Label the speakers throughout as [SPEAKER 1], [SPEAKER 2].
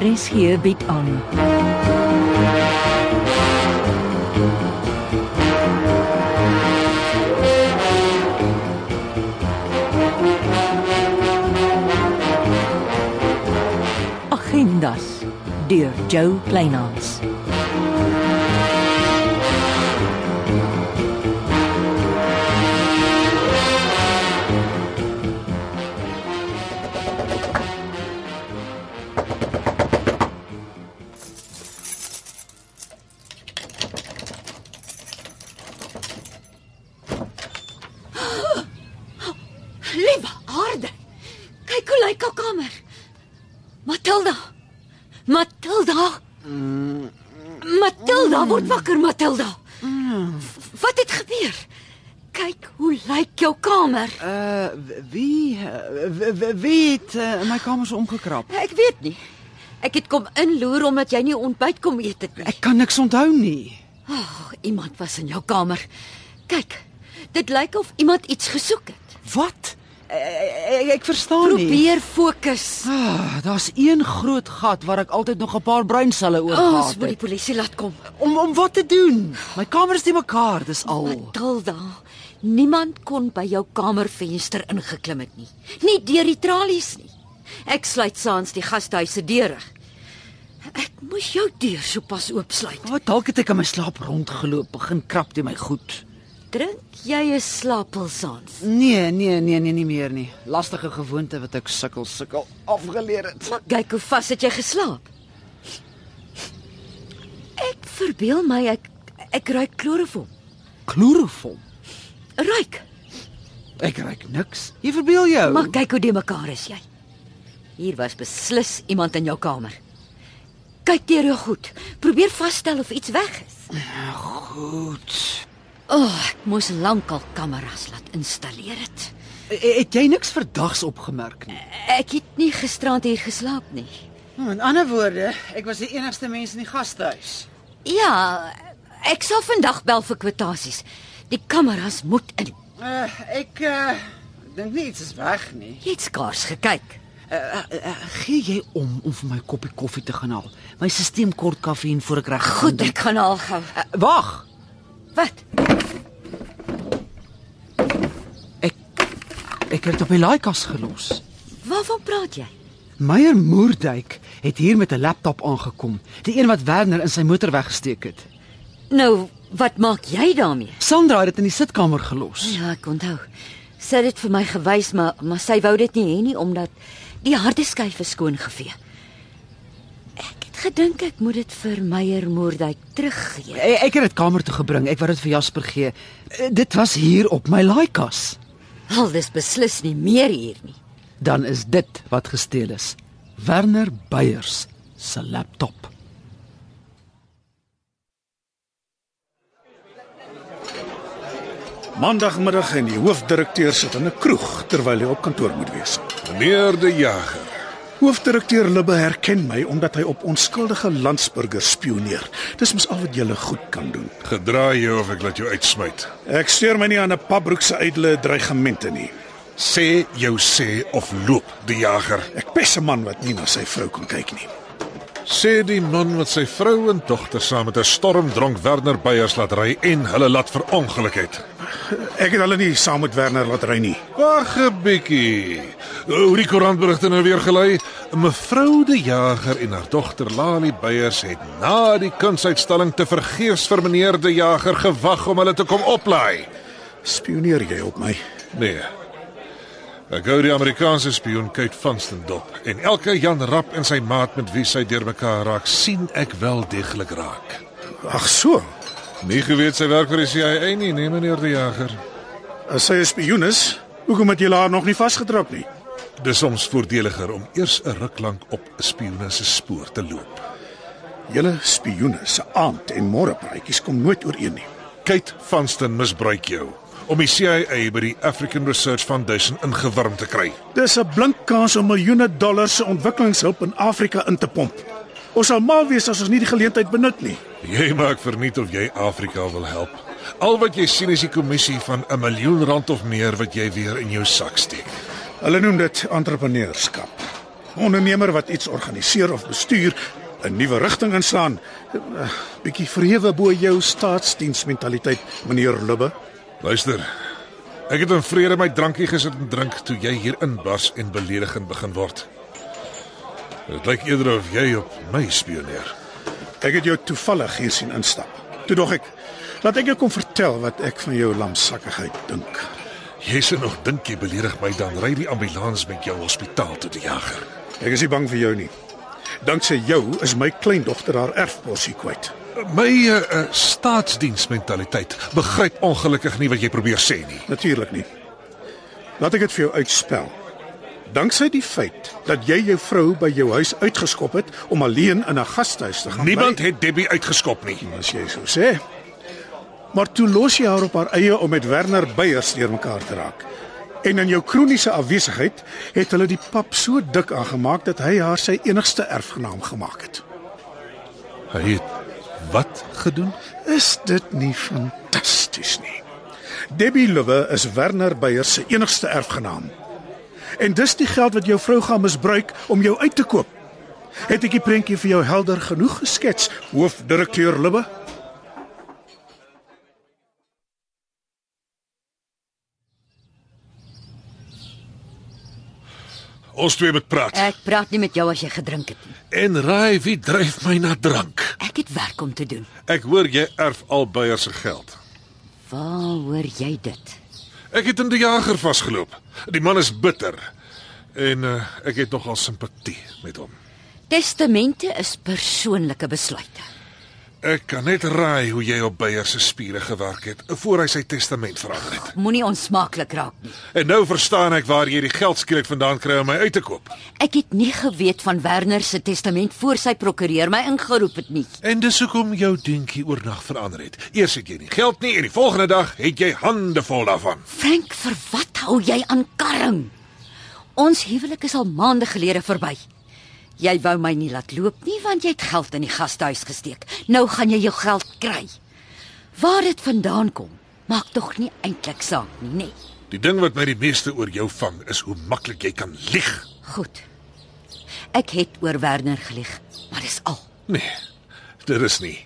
[SPEAKER 1] RSG bied aan. Agendas deur Jo Kleinhans.
[SPEAKER 2] Liewe aarde. Kyk hoe lyk haar kamer. Matilda. Matilda. Mm. Matilda word wakker, Matilda. W- Wat het gebeur? Kyk hoe lyk jou kamer.
[SPEAKER 3] Uh, wie, eh, w- w- wie het eh, in my kamers omgekrap?
[SPEAKER 2] Uh, Ek weet nie. Ek het kom inloer omdat jy nie ontbyt kom eet het nie.
[SPEAKER 3] Ek kan niks onthou nie.
[SPEAKER 2] Ag, iemand was in jou kamer. Kyk. Dit lyk of iemand iets gesoek het.
[SPEAKER 3] Wat? Ek, ek
[SPEAKER 2] Oh, nee.
[SPEAKER 3] verstaan nie.
[SPEAKER 2] Probeer fokus.
[SPEAKER 3] Ah, daar's een groot gat waar ek altyd nog 'n paar bruinselle oor
[SPEAKER 2] Ons
[SPEAKER 3] gehad
[SPEAKER 2] moet die
[SPEAKER 3] het.
[SPEAKER 2] polisie laat kom.
[SPEAKER 3] Om om wat te doen? My kamer is te mekaar, dis al.
[SPEAKER 2] Matilda, niemand kon by jou kamervenster ingeklim het nie. Nie deur die tralies nie. Ek sluit saans die gastehuis se deure. Ek moes jou deur sopas oopsluit.
[SPEAKER 3] Wat dalk het ek in my slaap rondgeloop, begin krap teen my goed.
[SPEAKER 2] Drink jy 'n slaapel saans?
[SPEAKER 3] Nee, nee, nee, nee, nie meer nie. Lastige gewoonte wat ek sukkel sukkel afgeleer het.
[SPEAKER 2] Maar kyk hoe vas het jy geslaap. Ek verbeel my ek ek ruik kloroform.
[SPEAKER 3] Kloroform.
[SPEAKER 2] Ruik.
[SPEAKER 3] Ek ruik niks. Jy verbeel jou.
[SPEAKER 2] Maar kyk hoe die mekaar is jy. Hier was beslis iemand in jou kamer. Kyk deur jou goed. Probeer vasstel of iets weg is.
[SPEAKER 3] goed.
[SPEAKER 2] O, oh, ek moes lankal kameras laat installeer het.
[SPEAKER 3] E- Het jy niks verdags opgemerk nie?
[SPEAKER 2] Ek het nie gisterand hier geslaap nie.
[SPEAKER 3] Hmm, In ander woorde, ek was die enigste mens in die gastehuis.
[SPEAKER 2] Ja, ek sal vandag bel vir kwotasies. Die kameras moet in.
[SPEAKER 3] Uh, ek uh, dink nie iets is weg nie.
[SPEAKER 2] Jy het skaars gekyk.
[SPEAKER 3] Uh, uh, uh, gee jy om om vir my koppie koffie te gaan haal? My stelsel kort kafeïn voor ek reg
[SPEAKER 2] Goed, ek gaan al gou.
[SPEAKER 3] Uh, Wag.
[SPEAKER 2] Wat?
[SPEAKER 3] Ek ek het dit op die laaikas gelos.
[SPEAKER 2] Waarvan praat jy?
[SPEAKER 3] Meyer Moerdijk het hier met 'n laptop aangekom, die een wat Werner in sy motor weggesteek het.
[SPEAKER 2] Nou, wat maak jy daarmee?
[SPEAKER 3] Sandra het dit in die sitkamer gelos.
[SPEAKER 2] Ja, ek onthou. Sy het dit vir my gewys, maar maar sy wou dit nie hê nie omdat die harde skyf is skoon gevee. Ek het gedink ek moet dit vir Meyer Moorduyk teruggee.
[SPEAKER 3] E- Ek het dit kamer toe gebring. Ek wou dit vir Jasper gee. E, Dit was hier op my laaikas.
[SPEAKER 2] Al dis beslis nie meer hier nie.
[SPEAKER 3] Dan is dit wat gesteel is. Werner Beyers se laptop.
[SPEAKER 4] Maandagmiddag en die hoofdirekteur sit in 'n kroeg terwyl hy op kantoor moet wees.
[SPEAKER 5] Meneer De Jager,
[SPEAKER 4] Hoofdirekteur Libbe herken my omdat hy op onskuldige landsburgers spioneer. Dis mos al wat jy goed kan doen.
[SPEAKER 5] gedraai jou of ek laat jou uitsmyt.
[SPEAKER 4] Ek steur my nie aan 'n pabroek se ydelle dreigemente nie.
[SPEAKER 5] Sê jou sê of loop, De Jager.
[SPEAKER 4] Ek pes 'n man wat nie na sy vrou kan kyk nie.
[SPEAKER 5] Sê die man wat sy vrou en dogter saam met 'n stormdronk Werner Beyers laat ry en hulle laat verongeluk het.
[SPEAKER 4] Ek het hulle nie saam met Werner laat ry nie.
[SPEAKER 5] Wag 'n bietjie. Hoe die koerantberigte nou weer gelei? Mevrou De Jager en haar dogter Lali Beyers het na die kunsuitstalling te vergeefs vir meneer De Jager gewag om hulle te kom oplaai.
[SPEAKER 4] Spioneer jy op my?
[SPEAKER 5] Nee. Ek gou die Amerikaanse spioen Kate Vanston dop en elke Jan Rap en sy maat met wie sy deurmekaar raak, sien ek wel deeglik raak.
[SPEAKER 4] Ag so.
[SPEAKER 5] Nie geweet sy werk vir die CIA nie, nee meneer die Jager.
[SPEAKER 4] As sy 'n spioen is, hoekom het jy haar nog nie vasgetrap nie?
[SPEAKER 5] Dis soms voordeliger om eers 'n ruk lank op 'n spioene se spoor te loop.
[SPEAKER 4] Julle spioene se aand en môre praatjies kom nooit ooreen nie.
[SPEAKER 5] Kate Vanston misbruik jou om die CIA by die African Research Foundation ingewurm te kry.
[SPEAKER 4] Dis 'n blink kans om miljoene dollars se ontwikkelingshulp in Afrika in te pomp. Ons sal mal wees as ons nie die geleentheid benut nie.
[SPEAKER 5] Jy maak verniet of jy Afrika wil help. Al wat jy sien is die kommissie van 'n miljoen rand of meer wat jy weer in jou sak steek.
[SPEAKER 4] Hulle noem dit entrepreneurskap. ondernemer wat iets organiseer of bestuur, 'n nuwe rigting inslaan. Eh, Bietjie verhewe bo jou staatsdiensmentaliteit, meneer Lubbe.
[SPEAKER 5] Luister. Ek het in vrede my drankie gesit en drink toe jy hier inbars en beledigend begin word. Dit lyk eerder of jy op my spioneer.
[SPEAKER 4] Ek het jou toevallig hier sien instap. Toe dog ek, laat ek jou kom vertel wat ek van jou lamsakkigheid dink.
[SPEAKER 5] Jy sê nog dink jy beledig my dan ry die ambulans met jou hospitaal toe die jager.
[SPEAKER 4] Ek is nie bang vir jou nie. Danksy jou is my kleindogter haar erfporsie kwyt.
[SPEAKER 5] My uh, uh, staatsdiensmentaliteit begryp ongelukkig nie wat jy probeer sê nie.
[SPEAKER 4] Natuurlik nie. Laat ek dit vir jou uitspel. Danksy die feit dat jy jou vrou by jou huis uitgeskop het om alleen in 'n gasthuis te gaan.
[SPEAKER 5] Niemand
[SPEAKER 4] bly,
[SPEAKER 5] het Debbie uitgeskop nie.
[SPEAKER 4] as jy so sê. Maar toe los jy haar op haar eie om met Werner Beyers deurmekaar te raak. En in jou kroniese afwesigheid het hulle die pap so dik aangemaak dat hy haar sy enigste erfgenaam gemaak het.
[SPEAKER 5] Hy het wat gedoen?
[SPEAKER 4] Is dit nie fantasties nie? Debbie Lowe is Werner Beyers se enigste erfgenaam. En dis die geld wat jou vrou gaan misbruik om jou uit te koop. Het ek die prentjie vir jou helder genoeg geskets, hoofdirekteur Lowe?
[SPEAKER 5] Ons twee moet praat.
[SPEAKER 2] Ek praat nie met jou as jy gedrink het nie.
[SPEAKER 5] En raai wie dryf my na drank?
[SPEAKER 2] Ek het werk om te doen.
[SPEAKER 5] Ek hoor jy erf al Beier se geld.
[SPEAKER 2] Waar hoor jy dit?
[SPEAKER 5] Ek het in die jager vasgeloop. Die man is bitter en uh, ek het nogal simpatie met hom.
[SPEAKER 2] Testamente is persoonlike besluite.
[SPEAKER 5] Ek kan net raai hoe jy op Beier se spiere gewerk het voor hy sy testament verander het.
[SPEAKER 2] Moenie onsmaaklik raak nie.
[SPEAKER 5] En nou verstaan ek waar jy die geld skielik vandaan kry om my uit te koop.
[SPEAKER 2] Ek het nie geweet van Werner se testament voor sy prokureur my ingeroep het nie.
[SPEAKER 5] En dis hoekom jou dingetjie oornag verander het. Eers het jy nie geld nie en die volgende dag het jy hande vol daarvan.
[SPEAKER 2] Frank, vir wat hou jy aan karring? Ons huwelik is al maande gelede verby. Jy wou my nie laat loop nie want jy het geld in die gastehuis gesteek. Nou gaan jy jou geld kry. Waar dit vandaan kom, maak tog nie eintlik saak nie, nê? Nee.
[SPEAKER 5] Die ding wat my die meeste oor jou vang is hoe maklik jy kan lieg.
[SPEAKER 2] Goed. Ek het oor Werner gelieg, maar dis al.
[SPEAKER 5] Nee, dit is nie.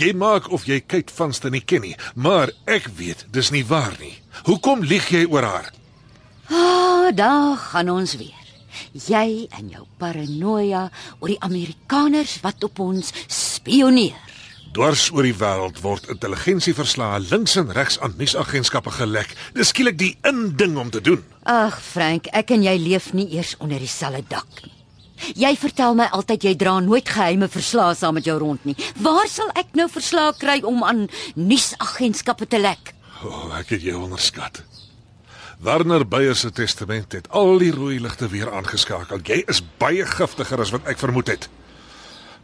[SPEAKER 5] Jy maak of jy kyk vanste nie ken nie, maar ek weet dis nie waar nie. Hoekom lieg jy oor haar?
[SPEAKER 2] Ah, daar gaan ons weer. Jy en jou paranoia oor die Amerikaners wat op ons spioneer.
[SPEAKER 5] Dwars oor die wêreld word intelligensieverslae links en regs aan nuusagentskappe gelek. Dis skielik die in ding om te doen.
[SPEAKER 2] Ag Frank, ek en jy leef nie eers onder dieselfde dak nie. Jy vertel my altyd jy dra nooit geheime verslae saam met jou rond nie. Waar sal ek nou verslae kry om aan nuusagentskappe te lek?
[SPEAKER 5] O, oh, ek het jou onderskat. Werner Beyer se testament het al die rooi ligte weer aangeskakel. Jy is baie giftiger as wat ek vermoed het.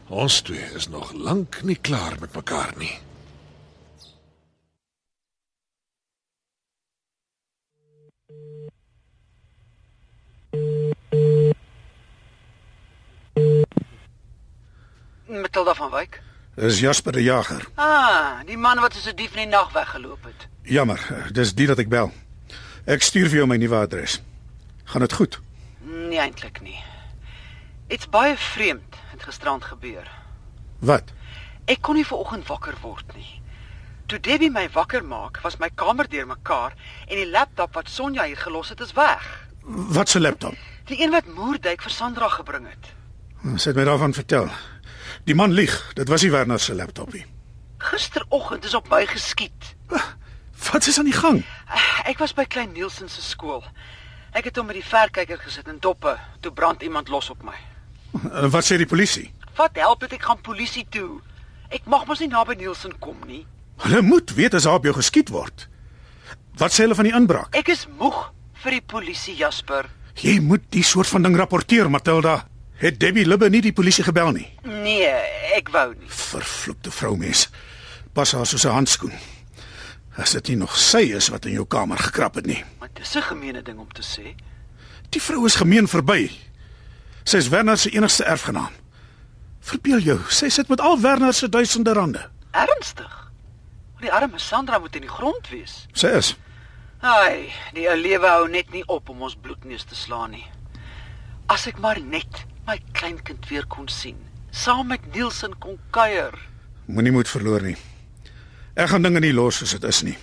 [SPEAKER 5] Ons twee is nog lank nie klaar met mekaar nie.
[SPEAKER 6] Matilda van Wyk.
[SPEAKER 4] Dis Jasper die Jager.
[SPEAKER 6] Ah, die man wat as 'n dief in die nag weggeloop het.
[SPEAKER 4] Jammer, dis die dat ek bel. Ek stuur vir jou my nuwe adres. Gaan dit goed?
[SPEAKER 6] Nee eintlik nie. Dit's baie vreemd het gisterand gebeur.
[SPEAKER 4] Wat?
[SPEAKER 6] Ek kon nie vanoggend wakker word nie. Toe Debbie my wakker maak, was my kamer deurmekaar en die laptop wat Sonja hier gelos het is weg.
[SPEAKER 4] Wat se laptop?
[SPEAKER 6] Die een wat Moerdijk vir Sandra gebring het.
[SPEAKER 4] Sy het my daarvan vertel. Die man lieg. Dit was nie Werner se laptop nie.
[SPEAKER 6] Gisteroggend is op my geskiet.
[SPEAKER 4] Wat is aan die gang?
[SPEAKER 6] Ah, Ek was by Klein Nielsen se skool. Ek het hom met die verkyker gesit in doppe, toe brand iemand los op my.
[SPEAKER 4] En Wat sê die polisie?
[SPEAKER 6] Wat help dit ek gaan polisie toe? Ek mag mos nie naby Nielsen kom nie.
[SPEAKER 4] Hulle moet weet as daar op jou geskiet word. Wat sê hulle van die inbraak?
[SPEAKER 6] Ek is moeg vir die polisie Jasper.
[SPEAKER 4] Jy moet die soort van ding rapporteer, Matilda. Het Debbie Libbe nie die polisie gebel nie?
[SPEAKER 6] Nee, ek wou nie.
[SPEAKER 4] Vervloekte vroumens. Pas haar soos 'n handskoen. As dit nie nog sy is wat in jou kamer gekrap het nie.
[SPEAKER 6] Maar dis 'n gemeene ding om te sê.
[SPEAKER 4] Die vrou is gemeen verby. Sy is Werner se enigste erfgenaam. Verbeel jou, sy sit met al Werner se duisende rande.
[SPEAKER 6] Ernstig. Die arme Sandra moet in die grond wees.
[SPEAKER 4] Sy is.
[SPEAKER 6] Ai, die ou lewe hou net nie op om ons bloedneus te slaan nie. As ek maar net my kleinkind weer kon sien, saam met Nielsen kon kuier.
[SPEAKER 4] Moenie moed verloor nie. Ek gaan dinge nie los soos dit is nie.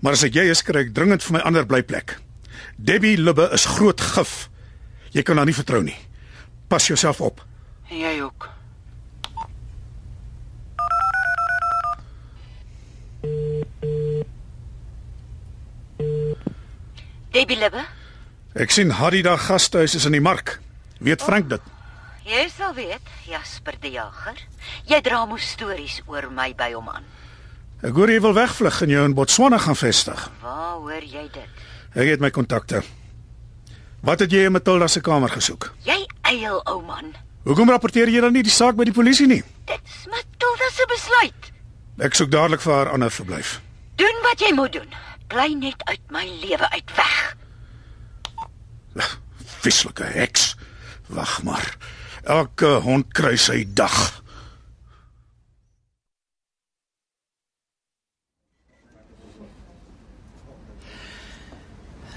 [SPEAKER 4] Maar as ek jy is, kry ek dringend vir my ander blyplek. Debbie Lubbe is groot gif. Jy kan haar nie vertrou nie. Pas jouself op.
[SPEAKER 6] En jy ook.
[SPEAKER 7] Debbie Libbe,
[SPEAKER 4] Ek sien Hadida gasthuis is in die mark. Weet Frank dit?
[SPEAKER 7] jy sal weet, Jasper die Jager. Jy dra mos stories oor my by hom aan.
[SPEAKER 4] Ek hoor jy wil wegvlug en jou in Botswana gaan vestig.
[SPEAKER 7] Waar hoor jy dit?
[SPEAKER 4] Ek het my kontakte. Wat het jy in Matilda se kamer gesoek?
[SPEAKER 7] Jy eil ou man.
[SPEAKER 4] Hoekom rapporteer jy dan nie die saak by die polisie nie?
[SPEAKER 7] Dit's Matilda se besluit.
[SPEAKER 4] Ek soek dadelik vir haar ander verblyf.
[SPEAKER 7] Doen wat jy moet doen. Bly net uit my lewe uit weg.
[SPEAKER 4] Vieslike heks. Wag maar. Elke hond kry sy dag.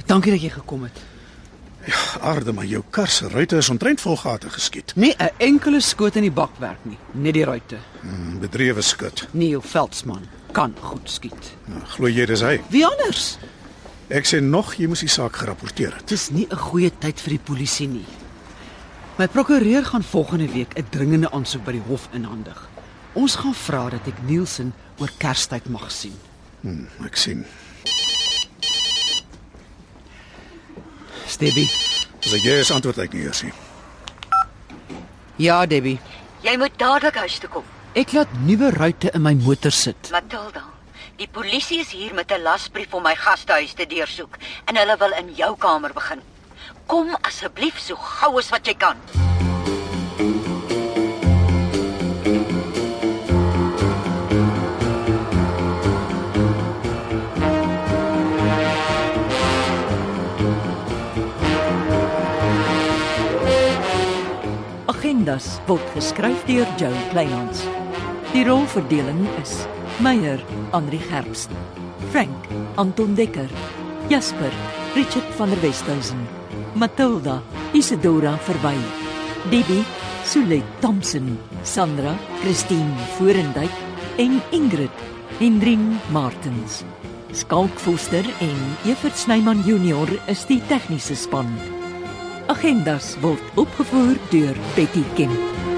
[SPEAKER 3] Dankie dat jy gekom het.
[SPEAKER 4] Aarde, maar jou kar se ruitte is omtrent vol gate geskiet.
[SPEAKER 3] Nie 'n enkele skoot in die bakwerk nie, net die ruitte.
[SPEAKER 4] Hmm, Bedrewe skud.
[SPEAKER 3] Nee, jou veldsman kan goed skiet.
[SPEAKER 4] Nou, Glo jy dis hy?
[SPEAKER 3] Wie anders?
[SPEAKER 4] Ek sê nog jy moes die saak gerapporteer het.
[SPEAKER 3] Dis nie 'n goeie tyd vir die polisie nie. My prokureur gaan volgende week 'n dringende aansoek by die hof inhandig. Ons gaan vra dat ek Nielsen oor Kerstyd mag sien.
[SPEAKER 4] Hmm, ek sien.
[SPEAKER 3] Debbie.
[SPEAKER 4] As ek jy is antwoord ek nie eers nie.
[SPEAKER 3] Ja, Debbie.
[SPEAKER 7] Jy moet dadelik huis toe kom.
[SPEAKER 3] Ek laat nuwe ruitte in my motor sit.
[SPEAKER 7] Matilda, die polisie is hier met 'n lasbrief om my gastehuis te deursoek en hulle wil in jou kamer begin. Kom asseblief so gou as wat jy kan.
[SPEAKER 1] Agendas word geskryf deur Jo Kleinhans. Die rolverdeling is: Meyer, Henri Gerst, Frank, Anton Dekker, Jasper, Richard van der Westhuizen, Matilda, Isidora Verwy, Debbie, Sulet Thompson, Sandra, Christine Forendyk en Ingrid Hendrin Martens. Skalk Foster en Evert Snyman Junior is die tegniese span. Agendas word opgevoer deur Betty Kemp.